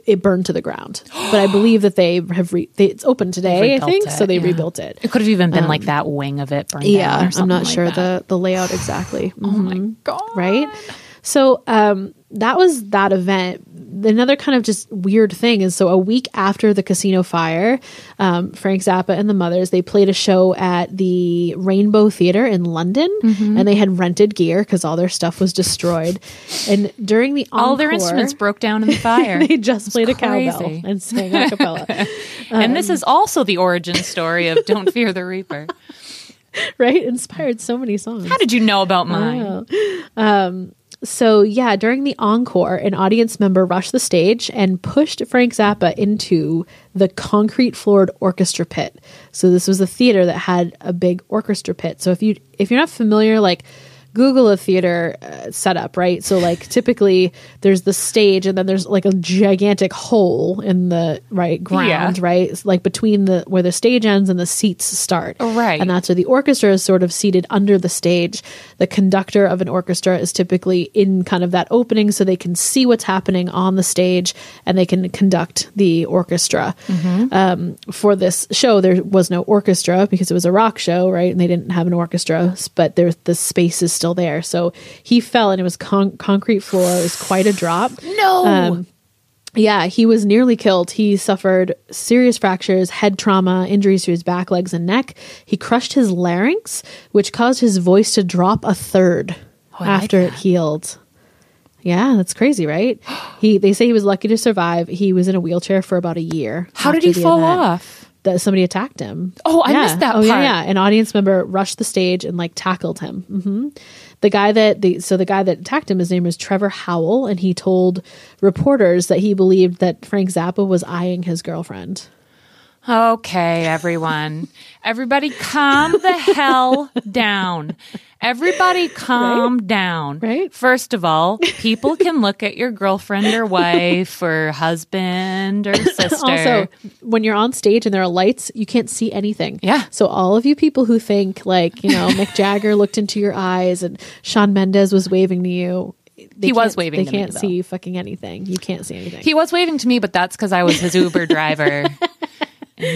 it burned to the ground. But
*gasps*
I believe that they have re- they, it's open today. I
Rebuilt
think
it,
so. They
yeah.
rebuilt it.
It could have even been like that wing of it burned down.
Um, Yeah,
or
I'm
something
not
like
sure
that.
the the layout exactly. Mm-hmm.
Oh my god!
right? So um, that was that event. Another kind of just weird thing is so a week after the casino fire, um, Frank Zappa and the Mothers they played a show at the Rainbow Theater in London,
Mm-hmm.
and they had rented gear because all their stuff was destroyed. And during the encore,
All
*laughs*
their instruments broke down in the fire.
they just played a cowbell
crazy.
and sang a cappella, *laughs*
and this is also the origin story of "Don't Fear the Reaper."
right? Inspired so many songs.
*laughs* How did you know about mine?
So, yeah, during the encore, an audience member rushed the stage and pushed Frank Zappa into the concrete floored orchestra pit. So, this was a theater that had a big orchestra pit. So, if you if you're not familiar like Google a theater uh, setup, right? So like *laughs* typically there's the stage and then there's like a gigantic hole in the right ground,
Yeah.
right? It's like between the where the stage ends and the seats start.
Right.
And that's where the orchestra is sort of seated under the stage. The conductor of an orchestra is typically in kind of that opening so they can see what's happening on the stage and they can conduct the orchestra. Um, for this show, there was no orchestra because it was a rock show, right? And they didn't have an orchestra, s- but there's the space is still there. So he fell and it was con- concrete floor. It was quite a drop.
No.
Um, Yeah, he was nearly killed. He suffered serious fractures, head trauma, injuries to his back, legs, and neck. He crushed his larynx, which caused his voice to drop a third
Oh, I like
after it healed. Yeah, that's crazy,
*gasps*
right? He they say he was lucky to survive. He was in a wheelchair for about a year.
How did
after
he
the
fall
event
off?
That somebody attacked him.
Oh, I
Yeah.
missed that
Oh, yeah,
part.
yeah. An audience member rushed the stage and like tackled him. hmm The guy that the so the guy that attacked him, his name was Trevor Howell, and he told reporters that he believed that Frank Zappa was eyeing his girlfriend.
Um, Okay, everyone. Everybody calm the hell down. Everybody calm down.
Right?
First of all, people can look at your girlfriend or wife or *laughs* husband or sister.
Also, when you're on stage and there are lights, you can't see anything.
Yeah.
So all of you people who think like you know
*laughs*
Mick Jagger looked into your eyes and Sean Mendes was waving to you, they
He was
can't-
waving
They
to me,
can't
though.
see fucking anything. You can't see anything.
he was waving to me, but that's because I was his Uber *laughs* driver. and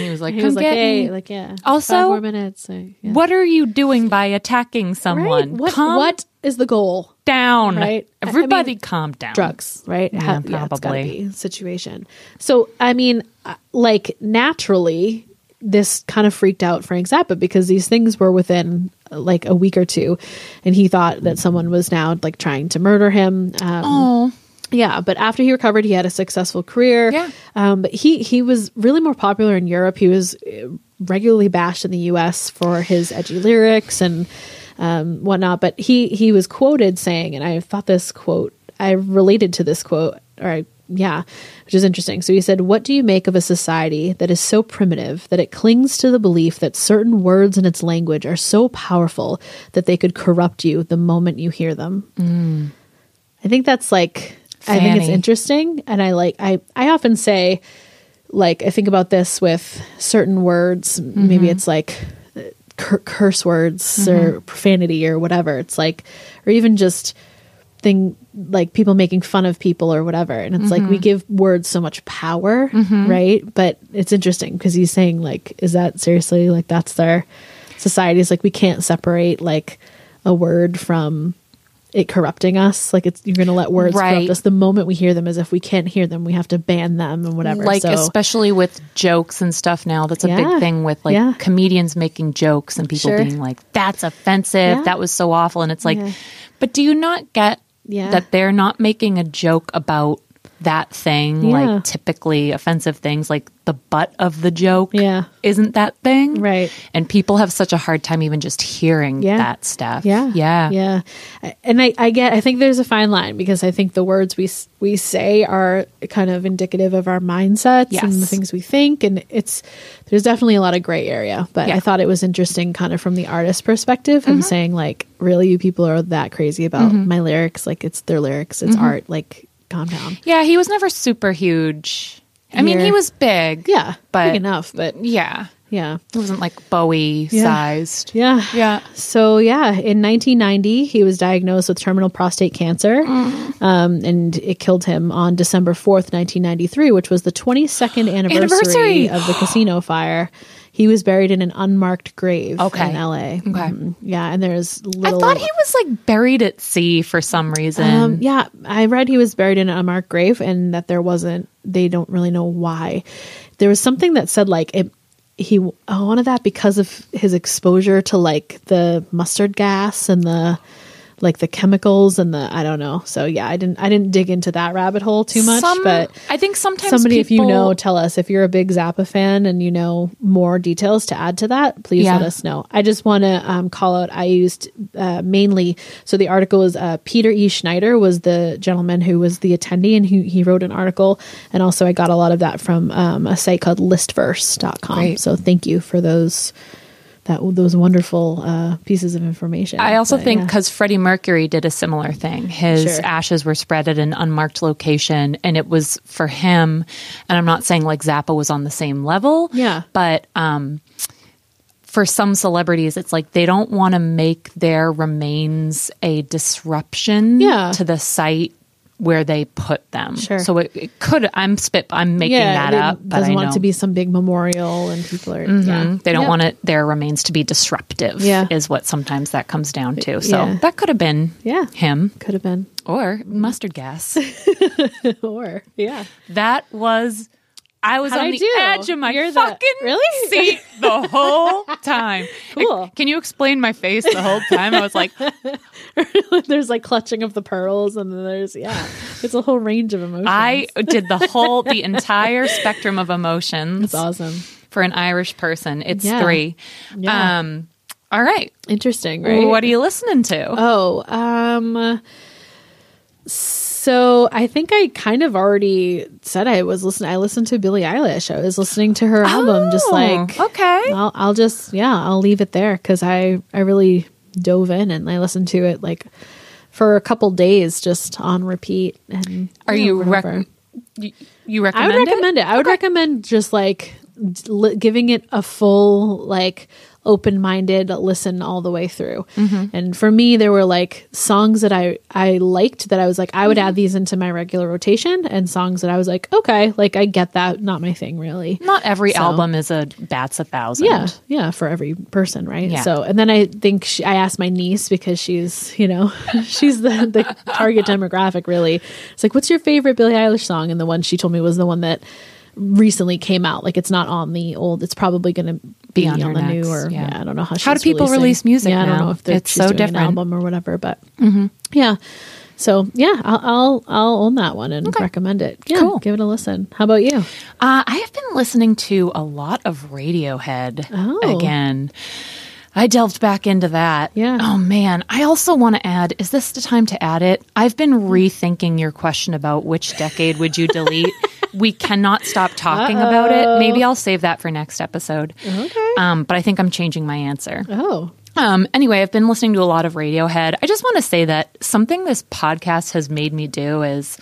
he was like,
He
Come
was like,
get
hey,
me."
like yeah.
Also-
five more minutes. So, yeah.
What are you doing by attacking
Right?
someone?
What,
calm
what is the goal?
down.
Right? I- I mean,
Everybody calm down.
Drugs, right? Ha- it's gotta
probably.
be situation. So, I mean, uh, like naturally, this kind of freaked out Frank Zappa because these things were within uh, like a week or two, and he thought that someone was now like trying to murder him. Um,
Oh.
yeah, but after he recovered, he had a successful career.
Yeah.
um, but he he was really more popular in Europe. He was uh, regularly bashed in the U.S. for his edgy lyrics and um, whatnot. But he he was quoted saying, and I thought this quote I related to this quote, or I, yeah, which is interesting. So he said, "What do you make of a society that is so primitive that it clings to the belief that certain words in its language are so powerful that they could corrupt you the moment you hear them?" I think that's like I think it's
Fanny.
interesting and I like I I often say like I think about this with certain words maybe it's like uh, cur- curse words
Mm-hmm.
or profanity or whatever it's like or even just thing like people making fun of people or whatever and it's like we
Mm-hmm.
give words so much power right but it's interesting because he's saying like is that seriously like that's their society is like we can't separate like a word from it corrupting us like it's you're gonna let words
Right.
corrupt us the moment we hear them as if we can't hear them we have to ban them and whatever
Like
so
especially with jokes and stuff now. That's a
Yeah.
big thing with like
Yeah.
comedians making jokes and people
Sure.
being like, "That's offensive.
Yeah.
That was so awful." And it's like,
Yeah.
but do you not get
Yeah.
that they're not making a joke about that thing,
Yeah.
like typically offensive things, like the butt of the joke
Yeah.
isn't that thing.
Right.
And people have such a hard time even just hearing
Yeah.
that stuff.
Yeah.
Yeah.
Yeah. I- And I, I get, I think there's a fine line because I think the words we, s- we say are kind of indicative of our mindsets and the
Yes.
things we think. And it's, there's definitely a lot of gray area, but
Yeah. Mm-hmm.
I thought it was interesting kind of from the artist perspective, him saying like, really, you people are that crazy about my lyrics. Like it's their lyrics,
Mm-hmm.
it's art, like calm down.
Yeah, he was never super huge. I mean,
Here.
he was big.
Yeah.
But-
big enough, but
Yeah.
yeah.
He wasn't like Bowie
Yeah.
sized.
Yeah.
Yeah.
So yeah, in 1990, he was diagnosed with terminal prostate cancer,
Mm.
um, and it killed him on December 4th, 1993, which was the 22nd *gasps* anniversary,
Anniversary!
of the casino fire. He was buried in an unmarked grave
Okay.
in LA. Okay, yeah, and there's
I
little.
thought he was like buried at sea for some reason.
Um, yeah, I read he was buried in an unmarked grave, and that there wasn't. They don't really know why. There was something that said like it. He I wanted that because of his exposure to like the mustard gas and the like the chemicals and the I don't know. So yeah, I didn't I didn't dig into that rabbit hole too much,
Some-
but.
I think sometimes
Somebody, if you
people-
know, tell us if you're a big Zappa fan and you know more details to add to that. Please
Yeah.
let us know. I just want to um, call out. I used uh, mainly so the article is uh, Peter E. Schneider was the gentleman who was the attendee and he he wrote an article. And also, I got a lot of that from um, a site called Listverse.com.
Great.
So thank you for those that those wonderful uh, pieces of information.
I also
But,
think
yeah.
because Freddie Mercury did a similar thing. His
Sure.
ashes were spread at an unmarked location, and it was for him. And I'm not saying like Zappa was on the same level,
Yeah.
But um, for some celebrities, it's like they don't want to make their remains a disruption
Yeah.
to the site where they put them.
Sure.
So it, it could. I'm spit. I'm making that
they-
up, but
doesn't
I
want it
know.
to be some big memorial and people are yeah.
Mm, They don't
Yeah.
want it, their remains to be disruptive,
Yeah.
is what sometimes that comes down to. So
Yeah.
that could have been
Yeah.
him
Could have been.
or mustard gas. *laughs*
or yeah.
that was, I was
How'd
on
I
the
do?
edge of my
You're the-
fucking
really?
seat the whole time.
*laughs* Cool.
Can you explain my face the whole time? I
*laughs*
was like,
*laughs* there's like clutching of the pearls, and then there's yeah, it's a whole range of emotions.
I did the whole, the entire spectrum of emotions
it's awesome,
for an Irish person. It's
Yeah.
three.
Yeah.
Um, all right.
interesting, right?
What are you listening to?
oh, um, so I think I kind of already said I was listening. I listened to Billie Eilish. I was listening to her album, just
Oh,
like
okay.
I'll, I'll just yeah, I'll leave it there because I I really dove in and I listened to it like for a couple days just on repeat. And
Are
yeah,
you
whatever.
rec- you, you
I
recommend
would recommend
it?
it. I would recommend just like d- li- giving it a full like open-minded listen all the way through.
Mm-hmm.
And for me there were like songs that I I liked that I was like I
Mm-hmm.
would add these into my regular rotation and songs that I was like okay, like I get that, not my thing really.
Not every
So-
album is a bats a thousand.
Yeah, yeah, for every person, right?
Yeah.
So, and then I think she, I asked my niece because she's, you know, *laughs* she's the, the target demographic, really. It's like, what's your favorite Billie Eilish song? And the one she told me was the one that recently came out. Like, it's not on the old, it's probably going to be
Be on
on,
her
the
next,
new, or
yeah.
yeah. I don't know how
How do
she's
people
releasing.
release music
Yeah, I
now?
don't know if they're,
It's
she's
so
doing
different. Mm-hmm.
an album or whatever, but yeah. So yeah, I'll, I'll I'll own that one and recommend it. Yeah,
Cool.
give it a listen. How about you?
Uh, I have been listening to a lot of Radiohead
Oh.
again. I delved back into that.
Yeah.
Oh man, I also want to add. Is this the time to add it? I've been rethinking your question about which decade would
*laughs*
you delete. we cannot stop talking about it. Maybe I'll save that for next episode.
Okay.
Um, but I think I'm changing my answer.
Oh,
Um, anyway, I've been listening to a lot of Radiohead. I just want to say that something this podcast has made me do is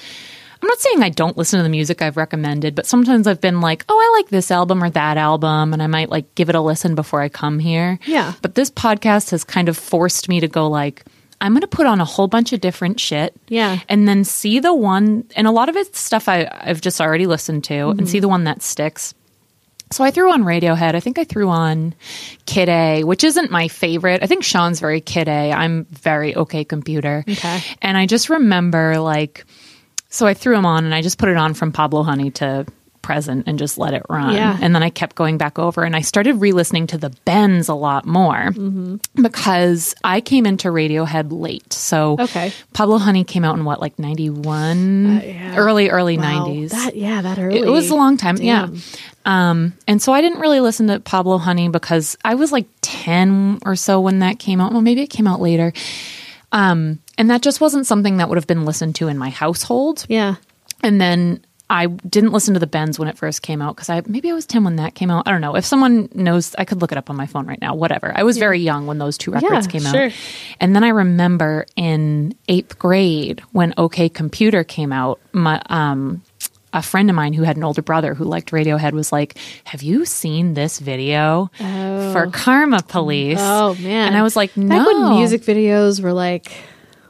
I'm not saying I don't listen to the music I've recommended, but sometimes I've been like, oh, I like this album or that album, and I might like give it a listen before I come here.
Yeah.
But this podcast has kind of forced me to go like, I'm going to put on a whole bunch of different shit.
Yeah.
And then see the one, and a lot of it's stuff I, I've just already listened to,
Mm-hmm.
and see the one that sticks. So I threw on Radiohead. I think I threw on Kid A, which isn't my favorite. I think Sean's very Kid A. I'm very okay computer.
Okay.
And I just remember like, so I threw him on and I just put it on from Pablo Honey to present and just let it run.
Yeah.
And then I kept going back over and I started re listening to the Bends a lot more
Mm-hmm.
because I came into Radiohead late. So
Okay.
Pablo Honey came out in what, like 91?
Uh, yeah.
Early, early
Wow,
90s.
That yeah, that early.
It was a long time.
Damn.
Yeah. Um, and so I didn't really listen to Pablo Honey because I was like 10 or so when that came out. Well, maybe it came out later. Um, and that just wasn't something that would have been listened to in my household.
Yeah.
And then I didn't listen to the Bends when it first came out because I maybe I was 10 when that came out. I don't know. If someone knows, I could look it up on my phone right now, whatever. I was very young when those two records
Yeah,
came
sure.
out. And then I remember in eighth grade when OK Computer came out, my, um, a friend of mine who had an older brother who liked Radiohead was like, Have you seen this video for Karma Police?
Oh man.
And I was like, No.
Back when music videos were like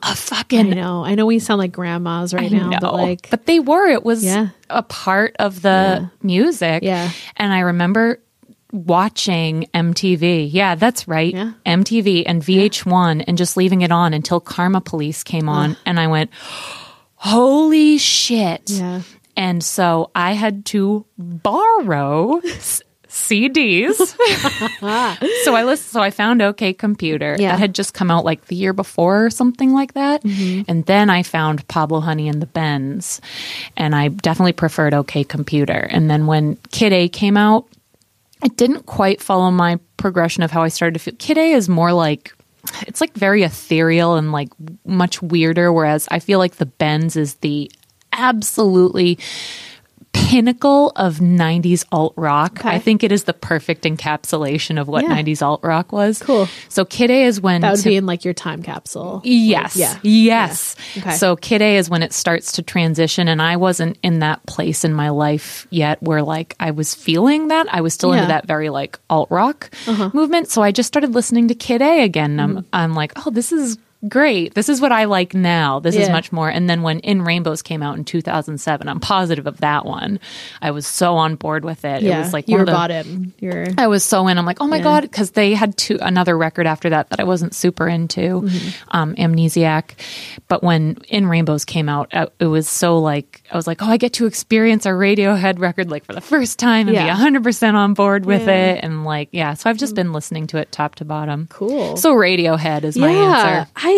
a
I
fucking
know. I know we sound like grandmas right now, but like
but they were. It was
Yeah.
a part of the music.
Yeah.
And I remember watching MTV. Yeah, that's right.
Yeah.
MTV and VH1 and just leaving it on until Karma Police came on. And I went, holy shit.
Yeah.
And so I had to borrow s- CDs. so I list, so I found OK Computer
Yeah.
that had just come out like the year before or something like that, and then I found Pablo Honey and the Bends, and I definitely preferred OK Computer. And then when Kid A came out, it didn't quite follow my progression of how I started to feel. Kid A is more like it's like very ethereal and like much weirder, whereas I feel like the Bends is the absolutely pinnacle of 90s alt rock.
Okay.
I think it is the perfect encapsulation of what
Yeah.
90s alt rock was.
Cool.
So Kid A is when
that would
to-
be in like your time capsule.
Yes.
Yeah.
Yes.
Yeah. Okay.
So kid A is when it starts to transition and I wasn't in that place in my life yet where like I was feeling that. I was still
Yeah. Uh-huh.
into that very like alt rock movement. So I just started listening to Kid A again. And I'm
Mm-hmm.
I'm like, oh, this is great. This is what I like now. This is
Yeah.
much more. And then when In Rainbows came out in 2007, I'm positive of that one. I was so on board with it.
Yeah.
It was like
you
one
were
of the-
bought in. You're
I was so in. I'm like, oh my god, because they had two another record after that that I wasn't super into, um, Amnesiac. But when In Rainbows came out, uh, it was so like I was like, oh, I get to experience a Radiohead record like for the first time and
Yeah.
be 100 percent on board with
Yeah.
it, and like yeah. Mm. So I've just been listening to it top to bottom.
Cool.
So Radiohead is my answer.
I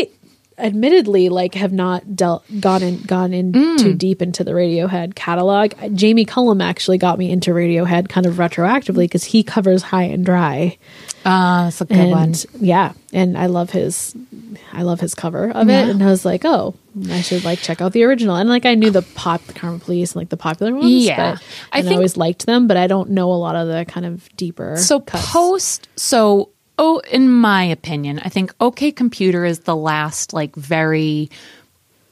admittedly like have not dealt gone in gone in too deep into the Radiohead catalog. Jamie Cullum actually got me into Radiohead kind of retroactively because he covers High and Dry.
Ah, that's a good
and
one.
yeah, and I love his I love his cover of it.
Yeah.
And I was like, oh, I should like check out the original. And like I knew the pop Karma Police and like the popular ones.
Yeah.
But, and
I
I
think-
always liked them, but I don't know a lot of the kind of deeper
So
cuts.
post so oh in my opinion, I think OK Computer is the last like very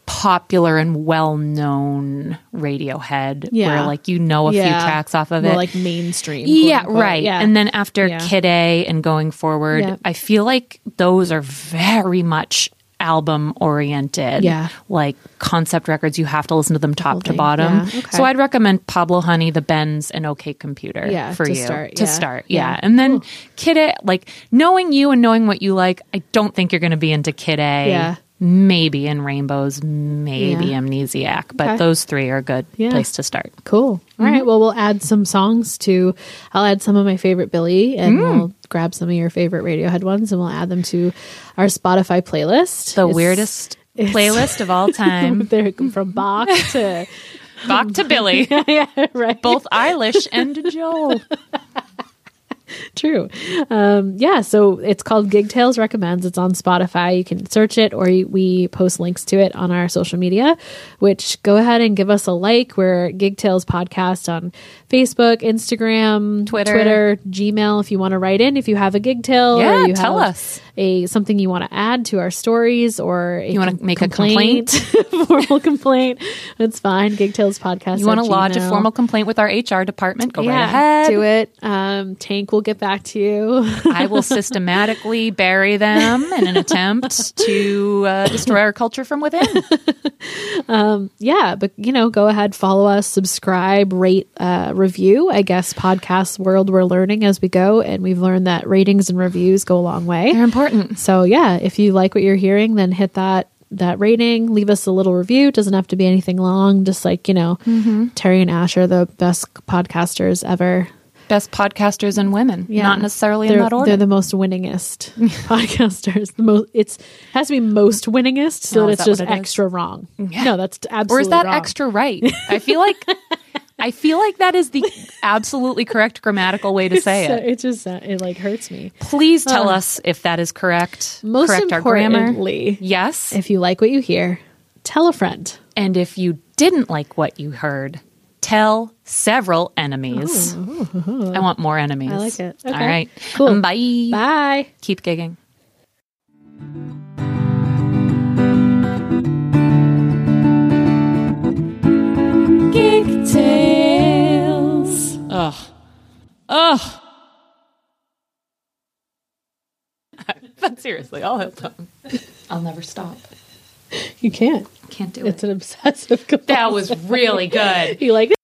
popular and well-known Radiohead
Yeah.
where like you know a
Yeah.
few tracks off of
More
it.
like mainstream. quote
yeah,
unquote.
right.
Yeah.
And then after
Yeah.
Kid A and going forward,
Yeah.
I feel like those are very much album oriented.
Yeah.
Like concept records, you have to listen to them top to
thing.
bottom.
Yeah, okay.
So I'd recommend Pablo Honey, The Bends, and OK Computer
Yeah,
for
to
you
start,
to
yeah.
start. Yeah.
Yeah.
And then Kid A, like knowing you and knowing what you like, I don't think you're going to be into Kid A.
Yeah.
Maybe in Rainbows, maybe
Yeah.
Amnesiac, but
Okay.
those three are a good
Yeah.
place to start.
Cool. All
Mm-hmm.
right. Well, we'll add some songs to. I'll add some of my favorite Billy, and
Mm.
we'll grab some of your favorite Radiohead ones, and we'll add them to our Spotify playlist.
The
It's-
weirdest
it's-
playlist of all time.
*laughs* They're from Bach to
Back to Billy,
*laughs* yeah, right.
both Eilish and
*laughs*
Joel.
True. Um, yeah. So it's called Gig Tales Recommends. It's on Spotify. You can search it, or you- we post links to it on our social media. Which go ahead and give us a like. We're Gig Tales Podcast on Facebook, Instagram,
Twitter.
Twitter, Gmail. If you want to write in, if you have a gig tale, or
Yeah,
you
tell
have
us.
a something you want to add to our stories, or
You wanna make
*laughs*
a
a formal complaint. It's fine. Gig Tales Podcast.
You want to
at
lodge a
Gmail.
formal complaint with our HR department? Go right
Yeah,
ahead.
do it. Um, Tank will get back to you.
*laughs* I will systematically bury them in an attempt to uh, destroy our culture
*laughs*
from within.
yeah but you know go ahead follow us subscribe rate uh, review i guess podcast world we're learning as we go and we've learned that ratings and reviews go a long way
important.
so yeah if you like what you're hearing then hit that that rating. Leave us a little review. Doesn't have to be anything long. Just like you know,
Mm-hmm.
Terry and Ash are the best podcasters ever.
Best podcasters and women, not necessarily
they're,
in that order.
They're the most
*laughs*
winningest podcasters. The most it's has to be most winningest, so
Oh,
that
is
it's
that
just
what it is?
extra wrong. No, that's absolutely
or is that
wrong.
extra right? I feel like I feel like that is the absolutely correct grammatical
*laughs*
way to *laughs* say
So
it.
it just uh, it like hurts me.
Please tell us if that is correct.
Most
correct our grammar.
importantly,
Yes.
if you like what you hear, tell a friend.
and if you didn't like what you heard, tell several enemies. I want more enemies.
I like it.
All
Okay.
right.
Cool.
Um, Bye.
Bye.
Keep gigging.
Geek Tales.
Ugh. Ugh. *laughs* but seriously, I'll help them. I'll never stop.
You can't.
Can't do
It's an obsessive *laughs* compulsive.
That was really good.
*laughs* You like